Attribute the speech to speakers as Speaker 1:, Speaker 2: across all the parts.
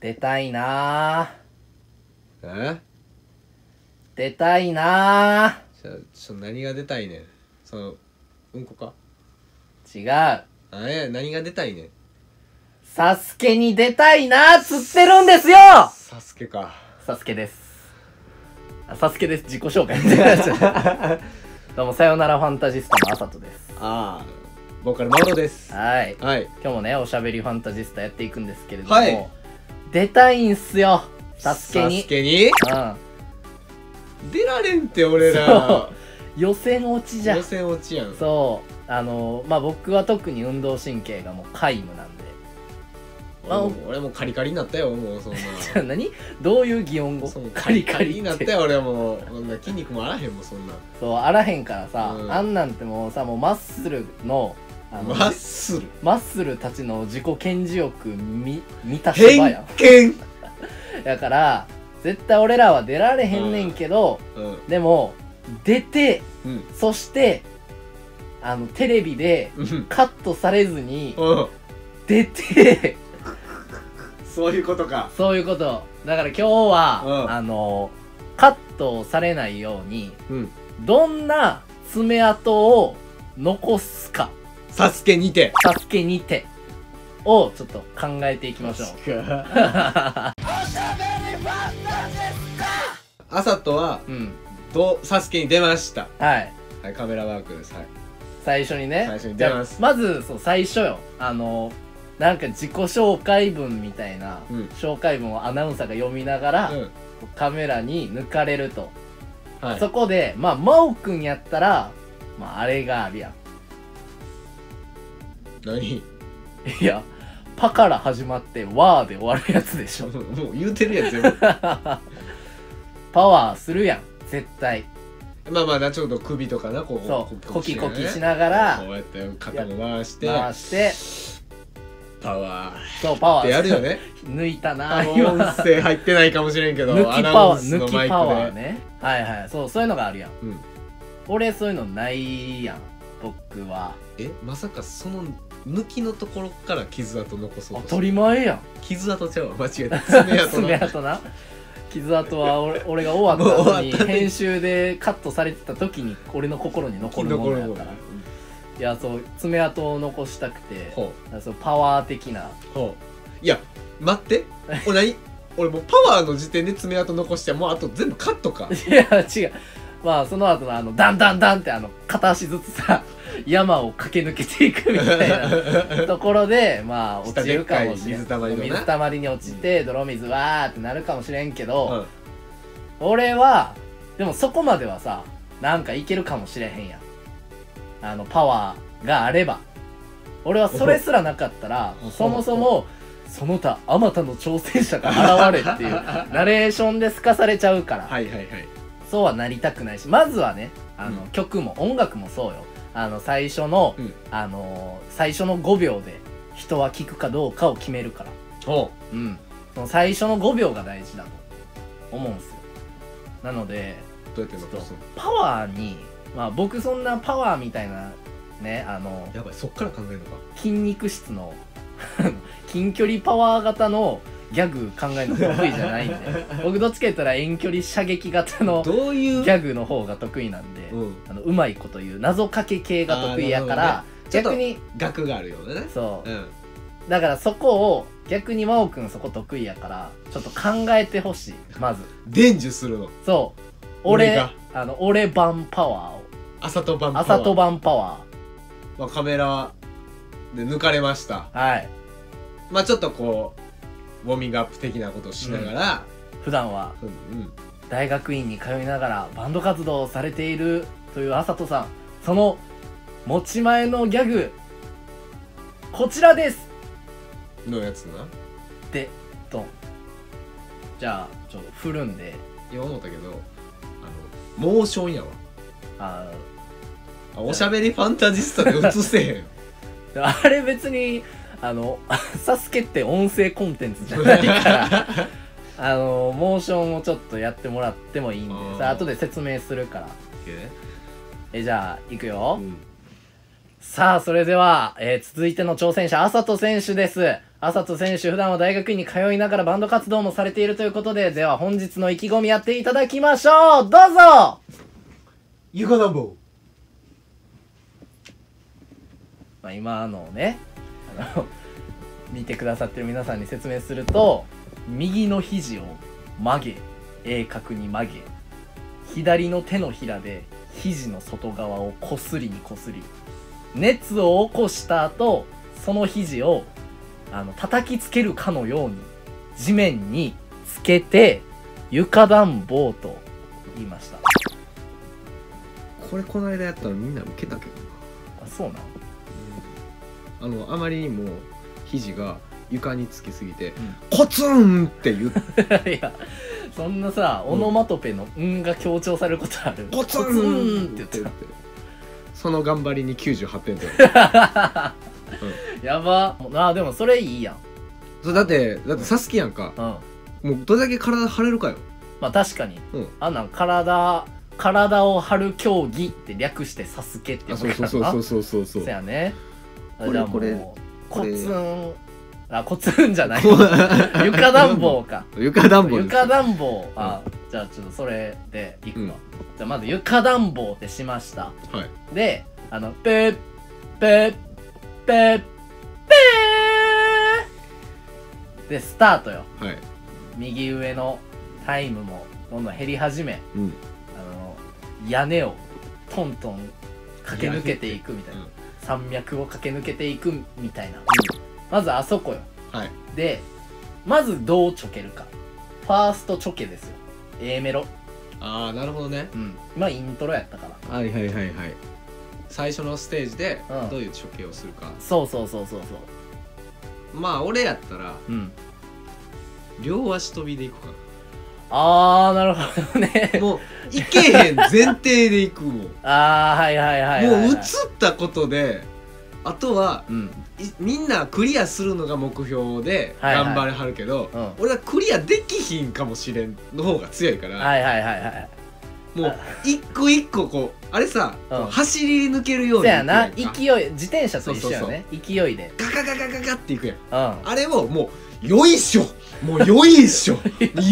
Speaker 1: 出たいなあ
Speaker 2: え
Speaker 1: 出たいなあ
Speaker 2: じゃあちょっと何が出たいねんそのうんこか
Speaker 1: 違う
Speaker 2: あれ何が出たいねん
Speaker 1: サスケに出たいなっつってるんですよ
Speaker 2: サスケか
Speaker 1: サスケですあサスケです自己紹介 どうもさよならファンタジスタのあさとです
Speaker 2: ああボーカルマロです
Speaker 1: はい
Speaker 2: はい
Speaker 1: 今日もねおしゃべりファンタジスタやっていくんですけれども、
Speaker 2: はい
Speaker 1: 出たいんすよサスケに
Speaker 2: サスケに出られんって俺ら
Speaker 1: うん、予選落ちじゃ
Speaker 2: 予選落ちやん
Speaker 1: そうあのまあ僕は特に運動神経がもう皆無なんで
Speaker 2: 俺も俺もカリカリになったよもうそんな
Speaker 1: じゃあ何どういう擬音語
Speaker 2: その
Speaker 1: カリカリ
Speaker 2: に
Speaker 1: っ
Speaker 2: なってたよ俺もうそんな筋肉もあらへんもんそんな
Speaker 1: そうあらへんからさ、
Speaker 2: うん
Speaker 1: あんなんてもうさもうマッスルのあの
Speaker 2: マッスル
Speaker 1: マッスルたちの自己顕示欲み満たし場や
Speaker 2: 偏
Speaker 1: ん
Speaker 2: 見
Speaker 1: だから絶対俺らは出られへんねんけど、
Speaker 2: うん
Speaker 1: でも出て
Speaker 2: うん
Speaker 1: そしてあのテレビで
Speaker 2: うん
Speaker 1: カットされずに
Speaker 2: うん
Speaker 1: 出て
Speaker 2: そういうことか
Speaker 1: そういうこと。だから今日は、
Speaker 2: うん
Speaker 1: あの、カットされないように、
Speaker 2: うん
Speaker 1: どんな爪痕を残すか、
Speaker 2: サスケにて
Speaker 1: サスケにて、をちょっと考えていきま しょう。
Speaker 2: あさとは
Speaker 1: うん。
Speaker 2: どうサスケに出ました
Speaker 1: はい。
Speaker 2: はいカメラワークですはい
Speaker 1: 最初にね。
Speaker 2: 最初に出ます
Speaker 1: じゃあまず、そう、最初よ。あの、なんか自己紹介文みたいな、
Speaker 2: うん
Speaker 1: 紹介文をアナウンサーが読みながら、
Speaker 2: うん
Speaker 1: カメラに抜かれると。
Speaker 2: はい
Speaker 1: そこで、まあ、真央くんやったら、まあ、あれがあるやん。
Speaker 2: 何
Speaker 1: いや、パから始まって、わーで終わるやつでしょ。
Speaker 2: もう言うてるやん 全部
Speaker 1: パワーするやん、絶対。
Speaker 2: まあまあなちょうど首とかなこう
Speaker 1: そう、コキコキし
Speaker 2: が
Speaker 1: ながら
Speaker 2: こ、うやって肩も回して
Speaker 1: 回して、
Speaker 2: パワー
Speaker 1: そう、パワ
Speaker 2: って
Speaker 1: ー。
Speaker 2: やるよ。ね
Speaker 1: 抜いたな
Speaker 2: あの
Speaker 1: 今。
Speaker 2: 音
Speaker 1: 抜
Speaker 2: 声入ってないかもしれんけど
Speaker 1: きパワー、
Speaker 2: アナウ
Speaker 1: 抜
Speaker 2: ンスのマイ
Speaker 1: き
Speaker 2: ク
Speaker 1: パ
Speaker 2: で
Speaker 1: ワーね。はいはい、そう、そういうのがあるやん。
Speaker 2: うん
Speaker 1: 俺、そういうのないやん、僕は。
Speaker 2: えまさかその抜きのところから傷跡残そう
Speaker 1: 当た
Speaker 2: としてる
Speaker 1: り前やん。
Speaker 2: 傷跡ちゃうわ間違えた爪 跡
Speaker 1: 爪
Speaker 2: な
Speaker 1: 痕な。傷跡は俺俺が終わった後に
Speaker 2: もう終わったね
Speaker 1: 編集でカットされてた時に俺の心に残るものや
Speaker 2: も
Speaker 1: か
Speaker 2: の
Speaker 1: らいやそう爪痕を残したくて
Speaker 2: ほ
Speaker 1: そうパワー的な
Speaker 2: うほういや待ってお何俺もうパワーの時点で爪痕残してもうあと全部カットか
Speaker 1: いや違うまあその後のあのダンダンダンってあの片足ずつさ山を駆け抜けてい くみたい なところでまあ落ちるかもしれん
Speaker 2: 下でっかい水たまりのな
Speaker 1: 水たまりに落ちて泥水わーってなるかもしれんけ
Speaker 2: うん
Speaker 1: ど、俺はでもそこまではさなんかいけるかもしれへんやんあのパワーがあれば俺はそれすらなかったら
Speaker 2: お
Speaker 1: そもそもその他あまたの挑戦者が現れっていうナレーションで透かされちゃうから、
Speaker 2: はいはいはい
Speaker 1: そうはなりたくないしまずはねあの、
Speaker 2: うん
Speaker 1: 曲も音楽もそうよあの最初の、
Speaker 2: うん
Speaker 1: あの最初の5秒で人は聞くかどうかを決めるから
Speaker 2: ほ
Speaker 1: うんその最初の5秒が大事だと思うんですよなので
Speaker 2: うどうやって残すの
Speaker 1: パワーにまあ僕そんなパワーみたいなねあの
Speaker 2: やばいそっから考えるのか
Speaker 1: 筋肉質の 近距離パワー型のギャグ考えるの得意じゃないんで僕どっちか言ったら遠距離射撃型の
Speaker 2: どういう
Speaker 1: ギャグの方が得意なんで、
Speaker 2: うん
Speaker 1: あのうまいこと言う謎かけ系が得意やか
Speaker 2: あ
Speaker 1: ら、
Speaker 2: ーなる
Speaker 1: 逆
Speaker 2: ほどね
Speaker 1: に
Speaker 2: 額があるよね
Speaker 1: そう
Speaker 2: うん
Speaker 1: だからそこを逆に真央くんそこ得意やからちょっと考えてほしいまず
Speaker 2: 伝授するの
Speaker 1: そう俺
Speaker 2: 俺が
Speaker 1: あの俺版パワーを
Speaker 2: 朝と晩パワ
Speaker 1: あ
Speaker 2: ー
Speaker 1: さと版パワ
Speaker 2: まあ、カメラで抜かれました
Speaker 1: ーはい
Speaker 2: まあちょっとこうウォーミングアップ的なことをしながら、
Speaker 1: 普段は
Speaker 2: うんうん
Speaker 1: 大学院に通いながらバンド活動をされているというあさとさんその持ち前のギャグこちらです
Speaker 2: のやつな
Speaker 1: でドンじゃあちょっと振るんで
Speaker 2: 今思ったけどあのモーションやわ
Speaker 1: あー
Speaker 2: あおしゃべりファンタジスタで映せ へん
Speaker 1: あれ別に、あの、 サスケって音声コンテンツじゃない から、あの、モーションをちょっとやってもらってもいいんで
Speaker 2: あ、ー
Speaker 1: さあ後で説明するから。え、じゃあ、いくよ。
Speaker 2: うん
Speaker 1: さあ、それでは、えー続いての挑戦者、あさと選手です。朝と選手普段は大学院に通いながらバンド活動もされているということででは本日の意気込みやっていただきましょうどうぞ
Speaker 2: ゆかなんぼ
Speaker 1: まあ、今のをねあの 見てくださってる皆さんに説明すると右の肘を曲げ鋭角に曲げ左の手のひらで肘の外側をこすりにこすり熱を起こした後その肘をあの叩きつけるかのように地面につけて床暖房と言いました
Speaker 2: これこの間やったらみんな受けたけど
Speaker 1: あそうなん
Speaker 2: なあのあまりにも肘が床につきすぎて、
Speaker 1: う
Speaker 2: コツンって 言って
Speaker 1: いやそんなさオノマトペの「ん」が強調されることある
Speaker 2: コツ
Speaker 1: コツ
Speaker 2: ン
Speaker 1: ンって言って
Speaker 2: 言
Speaker 1: た
Speaker 2: ってその頑張りに98点取 られた
Speaker 1: やばあでもそれいいやん
Speaker 2: そうだってだってサスキやんか
Speaker 1: うん
Speaker 2: もうどれだけ体張れるかよ
Speaker 1: まあ確かに、
Speaker 2: うん
Speaker 1: あんなん体体を張る競技って略して「サスケって
Speaker 2: あ
Speaker 1: 呼ぶ
Speaker 2: そう
Speaker 1: から
Speaker 2: そう
Speaker 1: な
Speaker 2: そうそうそうそうそう
Speaker 1: せやね
Speaker 2: これ
Speaker 1: じゃあも
Speaker 2: これ
Speaker 1: うコ
Speaker 2: これ
Speaker 1: ツンあコツンじゃない 床暖房か
Speaker 2: 床暖房です
Speaker 1: 床暖房あ、じゃあちょっとそれでいくわ、じゃあまず床暖房ってしました
Speaker 2: はい
Speaker 1: で、あの、ぺー、ぺー、ぺー、ぺーで、スタートよ。
Speaker 2: はい
Speaker 1: 右上のタイムもどんどん減り始め、
Speaker 2: うん
Speaker 1: あの、屋根をトントン駆け抜けていくみたいな。山脈を駆け抜けていくみたいな。まずあそこよ。
Speaker 2: はい
Speaker 1: で、まずどうチョケるか。ファーストチョケですよ。A メロ。
Speaker 2: ああなるほどね
Speaker 1: うん。今イントロやったから。
Speaker 2: はいはいはいはい最初のステージで
Speaker 1: うん
Speaker 2: どういう処刑をするか、
Speaker 1: そうそうそうそうそ
Speaker 2: まあ俺やったら
Speaker 1: う。うん。
Speaker 2: 両足飛びでいくか
Speaker 1: あー、なるほどね。
Speaker 2: なもういけへん前提でいくもんもう
Speaker 1: あ ーはいはいはいはい、はい、
Speaker 2: 映ったことであとは
Speaker 1: うん
Speaker 2: いみんなクリアするのが目標で
Speaker 1: はいはい
Speaker 2: 頑張れはるけど、
Speaker 1: うん
Speaker 2: 俺はクリアできひんかもしれんの方が強いから、
Speaker 1: はいはいはいはい
Speaker 2: もう一個一個こうあれさ、
Speaker 1: うん
Speaker 2: こう走り抜けるよう
Speaker 1: そ
Speaker 2: に
Speaker 1: やな
Speaker 2: 行く
Speaker 1: 勢
Speaker 2: やんか
Speaker 1: い自転車と一緒やね勢いで
Speaker 2: ガガガガガガっていくやん
Speaker 1: うん
Speaker 2: あれももうよいしょもうよいしょ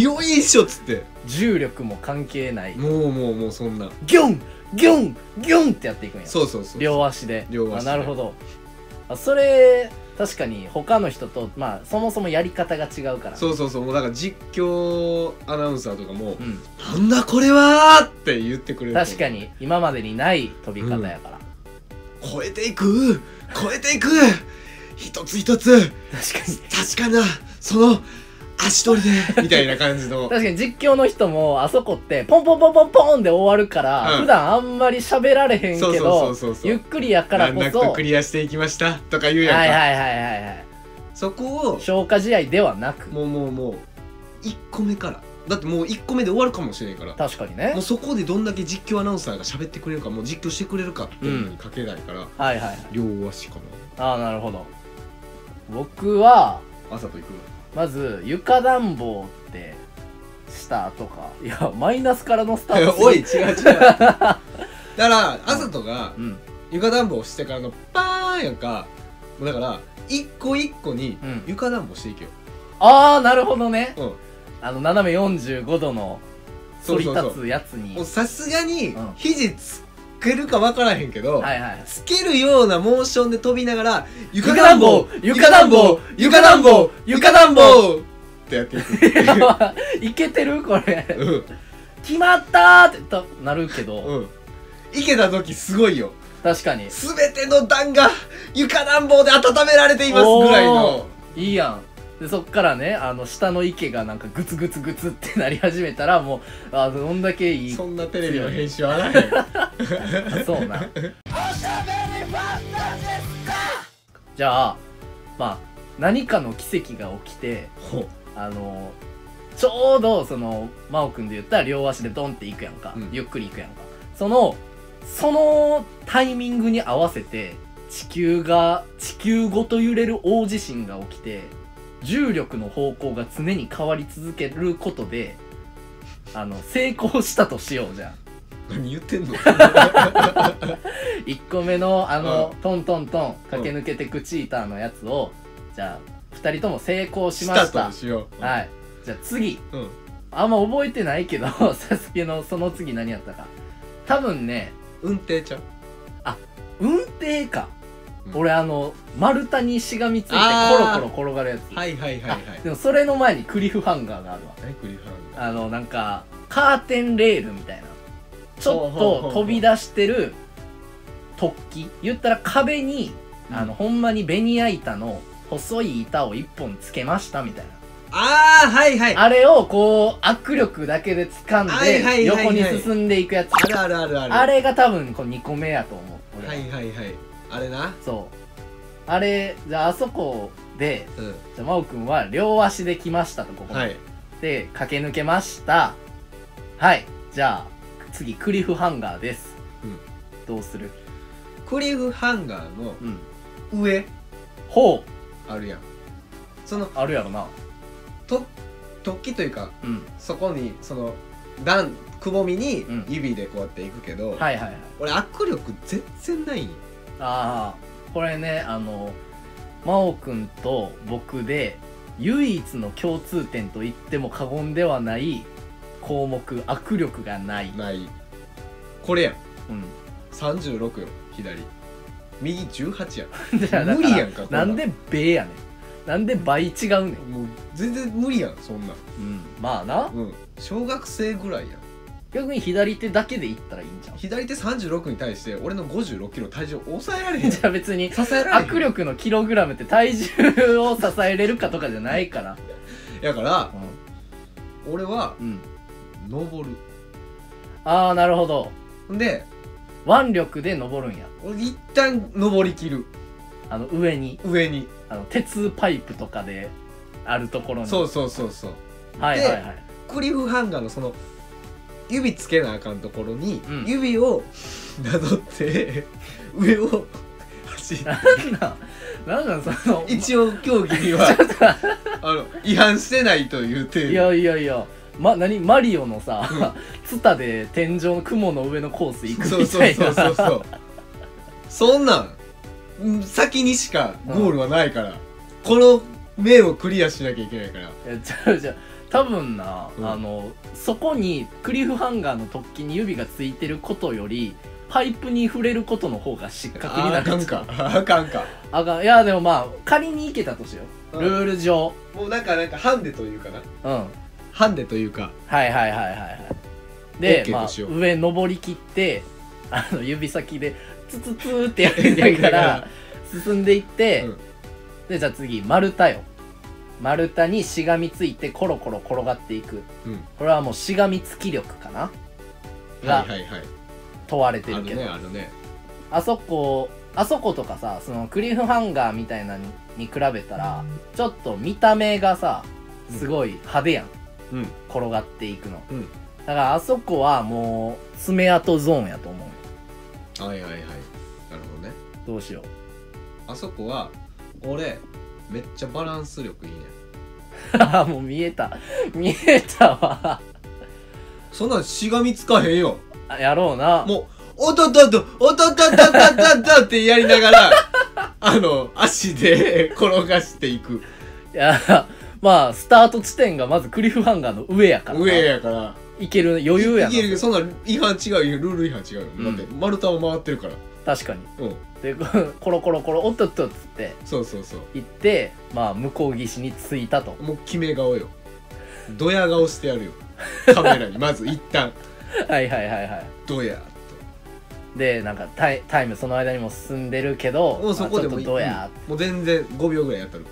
Speaker 2: よいしょっつって
Speaker 1: 重力も関係ない
Speaker 2: もうもうもうそんな
Speaker 1: ギョンギョンギョンってやっていくんや
Speaker 2: そうそうそう
Speaker 1: 両足で
Speaker 2: 両足で
Speaker 1: あなるほどあそれ確かに他の人とまあそもそもやり方が違うから
Speaker 2: そうそうそうもうだから実況アナウンサーとかも
Speaker 1: う
Speaker 2: 「
Speaker 1: ん
Speaker 2: なんだこれは!」って言ってくれる
Speaker 1: 確か
Speaker 2: に
Speaker 1: に今までにない飛び方やから、
Speaker 2: 超えていく超えていく一つ一つ
Speaker 1: 確かに
Speaker 2: 確かなその足取りでみたいな感じ の
Speaker 1: 確かに実況の人もあそこってポンポンポンポンポンで終わるから、
Speaker 2: うん
Speaker 1: 普段あんまり喋られへんけど
Speaker 2: そうそうそうそう
Speaker 1: ゆっくりやからこ
Speaker 2: 難な
Speaker 1: そ
Speaker 2: くクリアしていきましたとか言うやんか、
Speaker 1: はいはいはいはいはい
Speaker 2: そこを
Speaker 1: 消化試合ではなく
Speaker 2: もうもうもう1個目からだってもう1個目で終わるかもしれないから
Speaker 1: 確かに
Speaker 2: も
Speaker 1: ね
Speaker 2: うそこでどんだけ実況アナウンサーが喋ってくれるかもう実況してくれるかっていうのにかけないから、
Speaker 1: はいはい
Speaker 2: 両足か
Speaker 1: ああなるほど僕は
Speaker 2: な朝と行く
Speaker 1: まず床暖房ってした後かいやマイナスからのスタート
Speaker 2: おい違う違うだから朝とが
Speaker 1: うん
Speaker 2: 床暖房してからのパーンやんかもうだから一個一個に
Speaker 1: うん
Speaker 2: 床暖房していけよ、
Speaker 1: ああなるほどね
Speaker 2: うん
Speaker 1: あの斜め45度の
Speaker 2: そ
Speaker 1: 反
Speaker 2: う
Speaker 1: り
Speaker 2: そう
Speaker 1: 立
Speaker 2: そう
Speaker 1: つやつに
Speaker 2: もうさすがに
Speaker 1: うん
Speaker 2: 肘つけるかわからへんけど、
Speaker 1: はい はい
Speaker 2: つけるようなモーションで飛びながら
Speaker 1: 床暖房床暖房床暖房床暖房
Speaker 2: ってやっていく、
Speaker 1: いけてるこれ
Speaker 2: うん
Speaker 1: 決まったーってとなるけど、
Speaker 2: うん。いけた時すごいよ。
Speaker 1: 確かに
Speaker 2: すべての段が床暖房で温められていますぐらいの。
Speaker 1: いいやんでそっからねあの下の池がなんかグツグツグツってなり始めたらもうあどんだけいい
Speaker 2: そんなテレビの編集はな いよ。
Speaker 1: あそうなじゃあまあ何かの奇跡が起きて
Speaker 2: ほう
Speaker 1: あのちょうどその真央君で言ったら両足でドンっていくやんか、
Speaker 2: うん
Speaker 1: ゆっくりいくやんかそのそのタイミングに合わせて地球が地球ごと揺れる大地震が起きて重力の方向が常に変わり続けることであの成功したとしようじゃん
Speaker 2: 何言ってんの
Speaker 1: 1個目のあの、
Speaker 2: う
Speaker 1: トントントン駆け抜けてくチーターのやつをじゃあ2人とも成功しました
Speaker 2: としよう。。
Speaker 1: はいいじゃあ次
Speaker 2: うん。
Speaker 1: あんま覚えてないけど サスケのその次何やったか多分ね
Speaker 2: 運転ちゃう。
Speaker 1: 運転か、
Speaker 2: うん
Speaker 1: 俺あの丸太にしがみついて
Speaker 2: あ
Speaker 1: コロ
Speaker 2: ー
Speaker 1: コロ転がるやつ、
Speaker 2: はいはいはいはい
Speaker 1: あ。でもそれの前にクリフハンガーがあるわ
Speaker 2: 何クリフハンガー
Speaker 1: あのなんかカーテンレールみたいなちょっ
Speaker 2: ほうほうほ
Speaker 1: と
Speaker 2: うほう
Speaker 1: 飛び出してる突起言ったら壁に、あのほんまにベニヤ板の細い板を一本つけましたみたいな
Speaker 2: あーはいはい。あ
Speaker 1: あれをこう握力だけで掴
Speaker 2: はいはい
Speaker 1: んで
Speaker 2: はいはい
Speaker 1: 横に進んでいくやつ
Speaker 2: るあるあるある。
Speaker 1: あれが多分こう2個目やと思う俺は
Speaker 2: はいはいはい。あれな。
Speaker 1: そうあれじゃああそこで
Speaker 2: うん。
Speaker 1: じゃあ真央君は両足で来ましたとここまで
Speaker 2: はい。
Speaker 1: で駆け抜けましたはいじゃあ次クリフハンガーです、
Speaker 2: うん
Speaker 1: どうする
Speaker 2: クリフハンガーの
Speaker 1: うん
Speaker 2: 上
Speaker 1: ほう
Speaker 2: あるやん。その
Speaker 1: あるやろな
Speaker 2: と突起というか
Speaker 1: うん
Speaker 2: そこにその段くぼみに
Speaker 1: うん
Speaker 2: 指でこうやっていくけど、
Speaker 1: はいはいはい
Speaker 2: 俺握力全然ないんよ。
Speaker 1: ああこれねあの真央くんと僕で唯一の共通点と言っても過言ではない項目握力がない、
Speaker 2: ない。これや
Speaker 1: う
Speaker 2: ん。
Speaker 1: ん、
Speaker 2: 36よ左右18やん
Speaker 1: じ ゃあだ
Speaker 2: 無
Speaker 1: から
Speaker 2: 理やんかこん
Speaker 1: な
Speaker 2: なん
Speaker 1: で「べ」やねんなんで倍違うねん、
Speaker 2: もう全然無理やんそんなん
Speaker 1: うん、まあな
Speaker 2: うん小学生ぐらいやん
Speaker 1: 逆に左手だけでいったらいいんじゃんじ
Speaker 2: 左手36に対して俺の56キロ体重抑えられへん 支
Speaker 1: ゃあ別に
Speaker 2: えられへん
Speaker 1: 握力のキログラムって体重を支えれるかとかじゃないから
Speaker 2: やから
Speaker 1: う
Speaker 2: 俺は
Speaker 1: ん、うん、
Speaker 2: 登る
Speaker 1: ああなるほど
Speaker 2: ほんで
Speaker 1: 腕力で登るんや
Speaker 2: 俺一旦登りきる
Speaker 1: あの上に
Speaker 2: 上に
Speaker 1: あの鉄パイプとかであるところに
Speaker 2: そううそうそうそう
Speaker 1: はいはいはい
Speaker 2: クリフハンガーのその指つけなあかんところに、
Speaker 1: うん
Speaker 2: 指をなぞって 上を走る
Speaker 1: なんなんなんなんその
Speaker 2: 一応競技 にはあの違反してないという程
Speaker 1: い
Speaker 2: 度
Speaker 1: やいやいやま、何マリオのさ、ツタで天井の雲の上のコース行く
Speaker 2: そう
Speaker 1: み
Speaker 2: そ
Speaker 1: た
Speaker 2: う
Speaker 1: いな
Speaker 2: そうそうそうそんなんん先にしかゴールはないから、この面をクリアしなきゃいけないから
Speaker 1: いやちゃうちゃう多分な、
Speaker 2: うん
Speaker 1: あのそこにクリフハンガーの突起に指がついてることよりパイプに触れることの方が失格に
Speaker 2: あ
Speaker 1: な
Speaker 2: あかん
Speaker 1: る
Speaker 2: かあかんか
Speaker 1: あかんいやでもまあ仮に行けたとしよう、
Speaker 2: うん
Speaker 1: ルール上
Speaker 2: もうなんかなんかハンデというかな
Speaker 1: うんはい
Speaker 2: ハンデというか
Speaker 1: はいはいはいはいで、
Speaker 2: OK
Speaker 1: ま
Speaker 2: としよ
Speaker 1: あ、
Speaker 2: う
Speaker 1: 上登り切ってあの指先でツツツーって やりながら進んでいって、
Speaker 2: うん
Speaker 1: でじゃあ次丸太よ丸太にしがみついてコロコロ転がっていく
Speaker 2: うん
Speaker 1: これはもうしがみつき力かなが
Speaker 2: はいはいはい
Speaker 1: 問われて
Speaker 2: あ
Speaker 1: る
Speaker 2: る
Speaker 1: けど、
Speaker 2: ねあるね
Speaker 1: あそこあそことかさそのクリフハンガーみたいなのに比べたらちょっと見た目がさすごい派手やん、
Speaker 2: うん
Speaker 1: 転がっていくの、
Speaker 2: うん
Speaker 1: だからあそこはもう爪痕ゾーンやと思う
Speaker 2: はいはいはいなるほどね
Speaker 1: どうしよう
Speaker 2: あそこは俺めっちゃバランス力いいねん
Speaker 1: あーもう 見えた見えたわ
Speaker 2: そんなんしがみつかへんよ
Speaker 1: あやろうな
Speaker 2: もう、おとっとっと、おとっとっとっとっとっとってやりながら、 あの、足で 転がしていく。
Speaker 1: いや まあスタート地点がまずクリフハンガーの上やからな
Speaker 2: 上やから。
Speaker 1: いける余裕や
Speaker 2: いける
Speaker 1: な
Speaker 2: そんな違反違うよ。ルール違反違うよ。
Speaker 1: うん
Speaker 2: だって、丸太を回ってるから。
Speaker 1: 確かに
Speaker 2: うん。
Speaker 1: でこコロコロコロおっとっとっつって
Speaker 2: そうそうそう。
Speaker 1: 行ってまあ向こう岸に着いた と
Speaker 2: もう決め顔よ。ドヤ顔してやるよ。カメラに、まず一旦、
Speaker 1: はいはいはいは
Speaker 2: ドヤっ
Speaker 1: いでなんかタイタイムその間にも進んでるけど
Speaker 2: と。もうそこで
Speaker 1: ま
Speaker 2: も
Speaker 1: あ
Speaker 2: いい。
Speaker 1: ちょっとどうや
Speaker 2: うんもう全然5秒ぐらいやったる。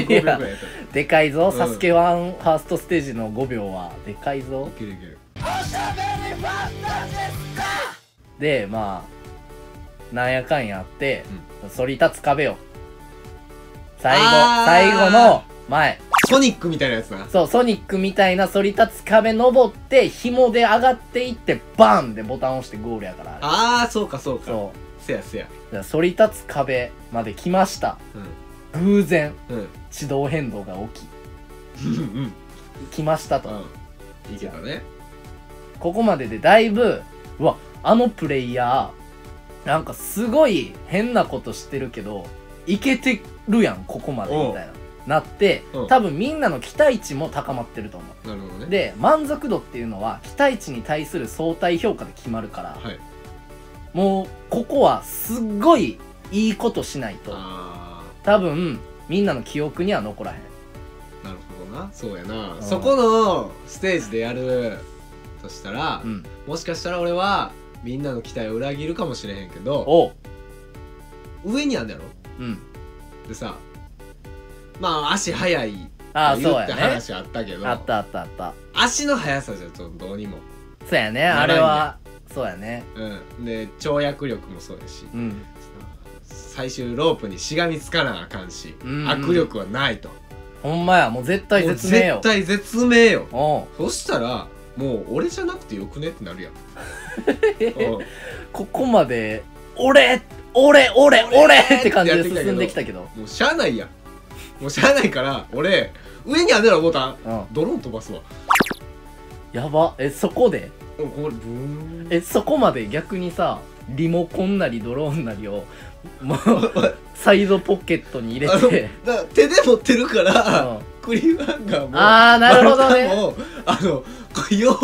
Speaker 1: い
Speaker 2: 5秒ぐら
Speaker 1: や
Speaker 2: いやったる。
Speaker 1: でかいぞ「
Speaker 2: うん
Speaker 1: サスケワンファーストステージの5秒はでかいぞ
Speaker 2: いけるいける。
Speaker 1: でまあなんやかんやあって、反り立つ壁よ最後
Speaker 2: あー
Speaker 1: 最後の前
Speaker 2: ソニックみたいなやつな。
Speaker 1: そうソニックみたいな反り立つ壁登って紐で上がっていってバーンでボタン押してゴールやからあれ
Speaker 2: あー、そうかそうか。
Speaker 1: そ
Speaker 2: せやせや。
Speaker 1: うだから反り立つ壁まで来ました
Speaker 2: う
Speaker 1: 偶然
Speaker 2: ん。うん。
Speaker 1: 地動変動が起
Speaker 2: うんうん。
Speaker 1: き来ましたと、
Speaker 2: いいけどね
Speaker 1: ここまででだいぶうわあのプレイヤーなんかすごい変なことしてるけどいけてるやんここまでみたいななって、
Speaker 2: うん
Speaker 1: 多分みんなの期待値も高まってると思う
Speaker 2: なるほどね
Speaker 1: で満足度っていうのは期待値に対する相対評価で決まるから、
Speaker 2: はい
Speaker 1: もうここはすっごいいいことしないと
Speaker 2: あ
Speaker 1: 多分みんなの記憶には残らへん
Speaker 2: ーなるほどなそうやな、
Speaker 1: うん
Speaker 2: そこのステージでやるとしたら、
Speaker 1: うん
Speaker 2: もしかしたら俺はみんなの期待を裏切るかもしれへんけど
Speaker 1: おう
Speaker 2: 上にあんだろ
Speaker 1: うん
Speaker 2: でさまあ足速い
Speaker 1: ああ
Speaker 2: 言
Speaker 1: そう
Speaker 2: っ
Speaker 1: や
Speaker 2: て
Speaker 1: ね
Speaker 2: 話あったけど
Speaker 1: あったあったあった
Speaker 2: 足の速さじゃちょっとどうにも、
Speaker 1: そうやね
Speaker 2: な
Speaker 1: あ
Speaker 2: らんね
Speaker 1: れはそうやね
Speaker 2: うん、で跳躍力もそうやし
Speaker 1: うん
Speaker 2: 最終ロープにしがみつかなあかんし、
Speaker 1: うんうん
Speaker 2: 握力はないと
Speaker 1: ほんまやもう絶対
Speaker 2: もう
Speaker 1: 絶命よ
Speaker 2: 絶対絶命よ
Speaker 1: おう
Speaker 2: そしたらもう俺じゃなくてよくねって なるやんうん
Speaker 1: ここまで俺俺俺俺って感じで
Speaker 2: ってやってきたけど
Speaker 1: 進んできたけど
Speaker 2: もうしゃあないやんもうしゃあないから俺上にあねろボタン
Speaker 1: うん
Speaker 2: ドローン飛ばすわ
Speaker 1: やばえそこで
Speaker 2: うんこれブーン
Speaker 1: えそこまで逆にさリモコンなりドローンなりをも うサイドポケットに入れて、
Speaker 2: だから手で持ってるか
Speaker 1: うん、
Speaker 2: ら、
Speaker 1: あ
Speaker 2: クリーンハンガーも
Speaker 1: あーなるほど
Speaker 2: バ
Speaker 1: ね
Speaker 2: ルタンもあのこうよう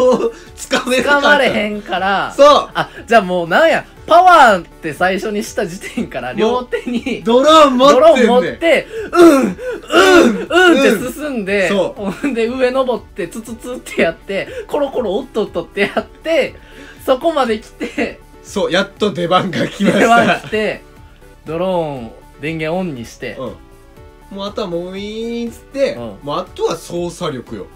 Speaker 2: 掴めなか
Speaker 1: 掴
Speaker 2: った
Speaker 1: まれへんから
Speaker 2: そ
Speaker 1: あじゃあもうなんやパワーって最初にした時点から
Speaker 2: もう
Speaker 1: 両手
Speaker 2: う
Speaker 1: に
Speaker 2: ドローン持
Speaker 1: ドロ
Speaker 2: っ
Speaker 1: ー
Speaker 2: て
Speaker 1: ン
Speaker 2: ん
Speaker 1: 持
Speaker 2: ねん
Speaker 1: ってうんうんうんっ
Speaker 2: うん
Speaker 1: て進んで、
Speaker 2: そ
Speaker 1: ほんで上登ってツツツってやってコロコロおっとっとってやってそこまで来て
Speaker 2: そうやっと出番が来まし
Speaker 1: 電話
Speaker 2: た
Speaker 1: 来てドローン電源オンにして、
Speaker 2: うんもうあとはもうウィーンっつって、
Speaker 1: うん
Speaker 2: もうあとは操作力 よ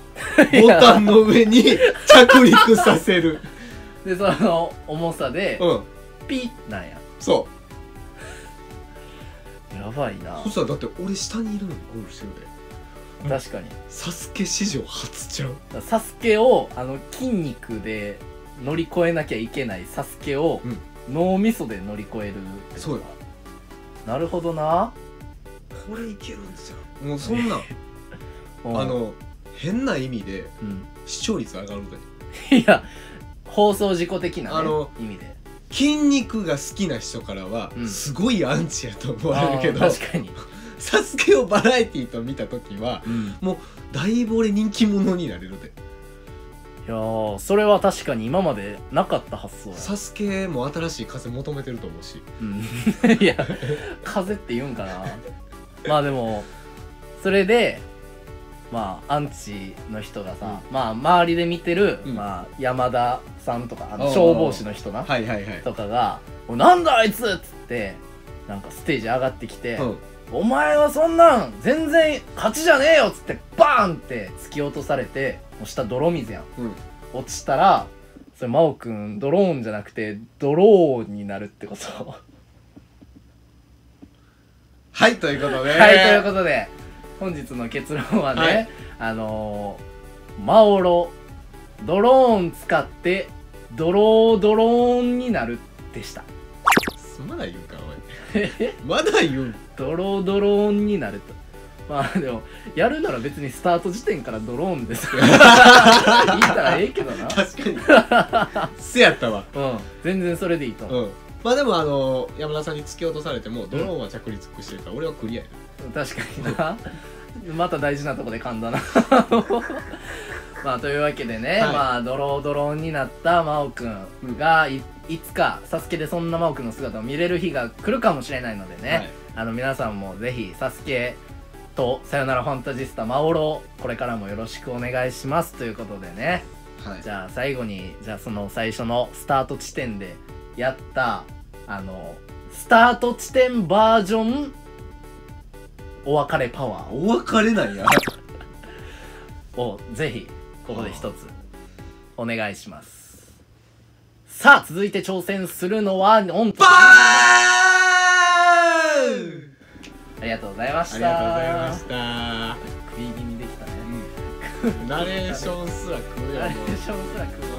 Speaker 2: ボタンの上に着陸させる
Speaker 1: でその重さで
Speaker 2: うん
Speaker 1: ピッなんや
Speaker 2: そ
Speaker 1: やばいな
Speaker 2: うそしたらだって俺下にいるのにゴールしてるでうん
Speaker 1: 確かに
Speaker 2: サスケ史上初ちゃう
Speaker 1: サスケをあの筋肉で乗り越えなきゃいけないサスケを
Speaker 2: うん
Speaker 1: 脳みそで乗り越えるってこと
Speaker 2: そうよ
Speaker 1: なるほどな
Speaker 2: これいけるんですよも うそんなん
Speaker 1: うん
Speaker 2: あの変な意味で
Speaker 1: うん
Speaker 2: 視聴率上がるで
Speaker 1: いや放送事故的な、ね、
Speaker 2: あの
Speaker 1: 意味で
Speaker 2: 筋肉が好きな人からは
Speaker 1: うん
Speaker 2: すごいアンチやと思われるけど、
Speaker 1: あー確かに、
Speaker 2: サスケをバラエティーと見た時は
Speaker 1: うん、い
Speaker 2: だいぶ俺人気者になれるで
Speaker 1: やーそれは確かに今までなかった発想や
Speaker 2: サスケも新しい風求めてると思うし
Speaker 1: うん、 いや風って言うんかなまあでもそれでまあアンチの人がさ、まあ周りで見てる、
Speaker 2: うん
Speaker 1: まあ、山田さんとかあの
Speaker 2: おうおう
Speaker 1: 消防士の人な
Speaker 2: はいはいはい
Speaker 1: とかが「おいなんだあいつ!」っつってなんかステージ上がってきて「
Speaker 2: うん
Speaker 1: お前はそんなん全然勝ちじゃねえよ!」っつってバーンって突き落とされてもう下泥水やん
Speaker 2: うん
Speaker 1: 落ちたらそれ真央くんドローンじゃなくてドローンになるってこと。
Speaker 2: はいということで
Speaker 1: はい、ということで、本日の結論はね、
Speaker 2: はい
Speaker 1: あのー、マオロ、ドローン使って、ドロードローンになるでした。
Speaker 2: まだ言うんかおいまだ言うん
Speaker 1: ドロードローンになると。まあでも、やるなら別にスタート時点からドローンです。 言ったらええけどな。
Speaker 2: 確 かにせやったわ
Speaker 1: うん、全然それでいいと思う。
Speaker 2: うんまあでもあの山田さんに突き落とされてもドローンは着陸してるから俺はクリアや
Speaker 1: 確かにな。また大事なとこで噛んだ な。まあというわけでね、
Speaker 2: はい
Speaker 1: まあドロードローになった真央くんがい,、つかサスケでそんな真央くんの姿を見れる日が来るかもしれないのでね、
Speaker 2: はい
Speaker 1: あの皆さんもぜひサスケとさよならファンタジスタ真央ロこれからもよろしくお願いしますということでね
Speaker 2: はい
Speaker 1: じゃあ最後にじゃあその最初のスタート地点でやったあのスタート地点バージョンお別れパワーを
Speaker 2: お別れなんや
Speaker 1: をぜひここで一つお願いしますさあ続いて挑戦するのはオン
Speaker 2: バーン
Speaker 1: ありがとうございました
Speaker 2: ありがとうございました
Speaker 1: た食い気味できたね
Speaker 2: ナレーションすら来る
Speaker 1: ナ
Speaker 2: や
Speaker 1: レ
Speaker 2: もう
Speaker 1: ーションすら来る
Speaker 2: うんそれこ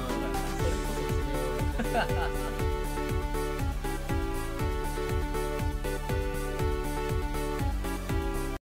Speaker 2: そ強い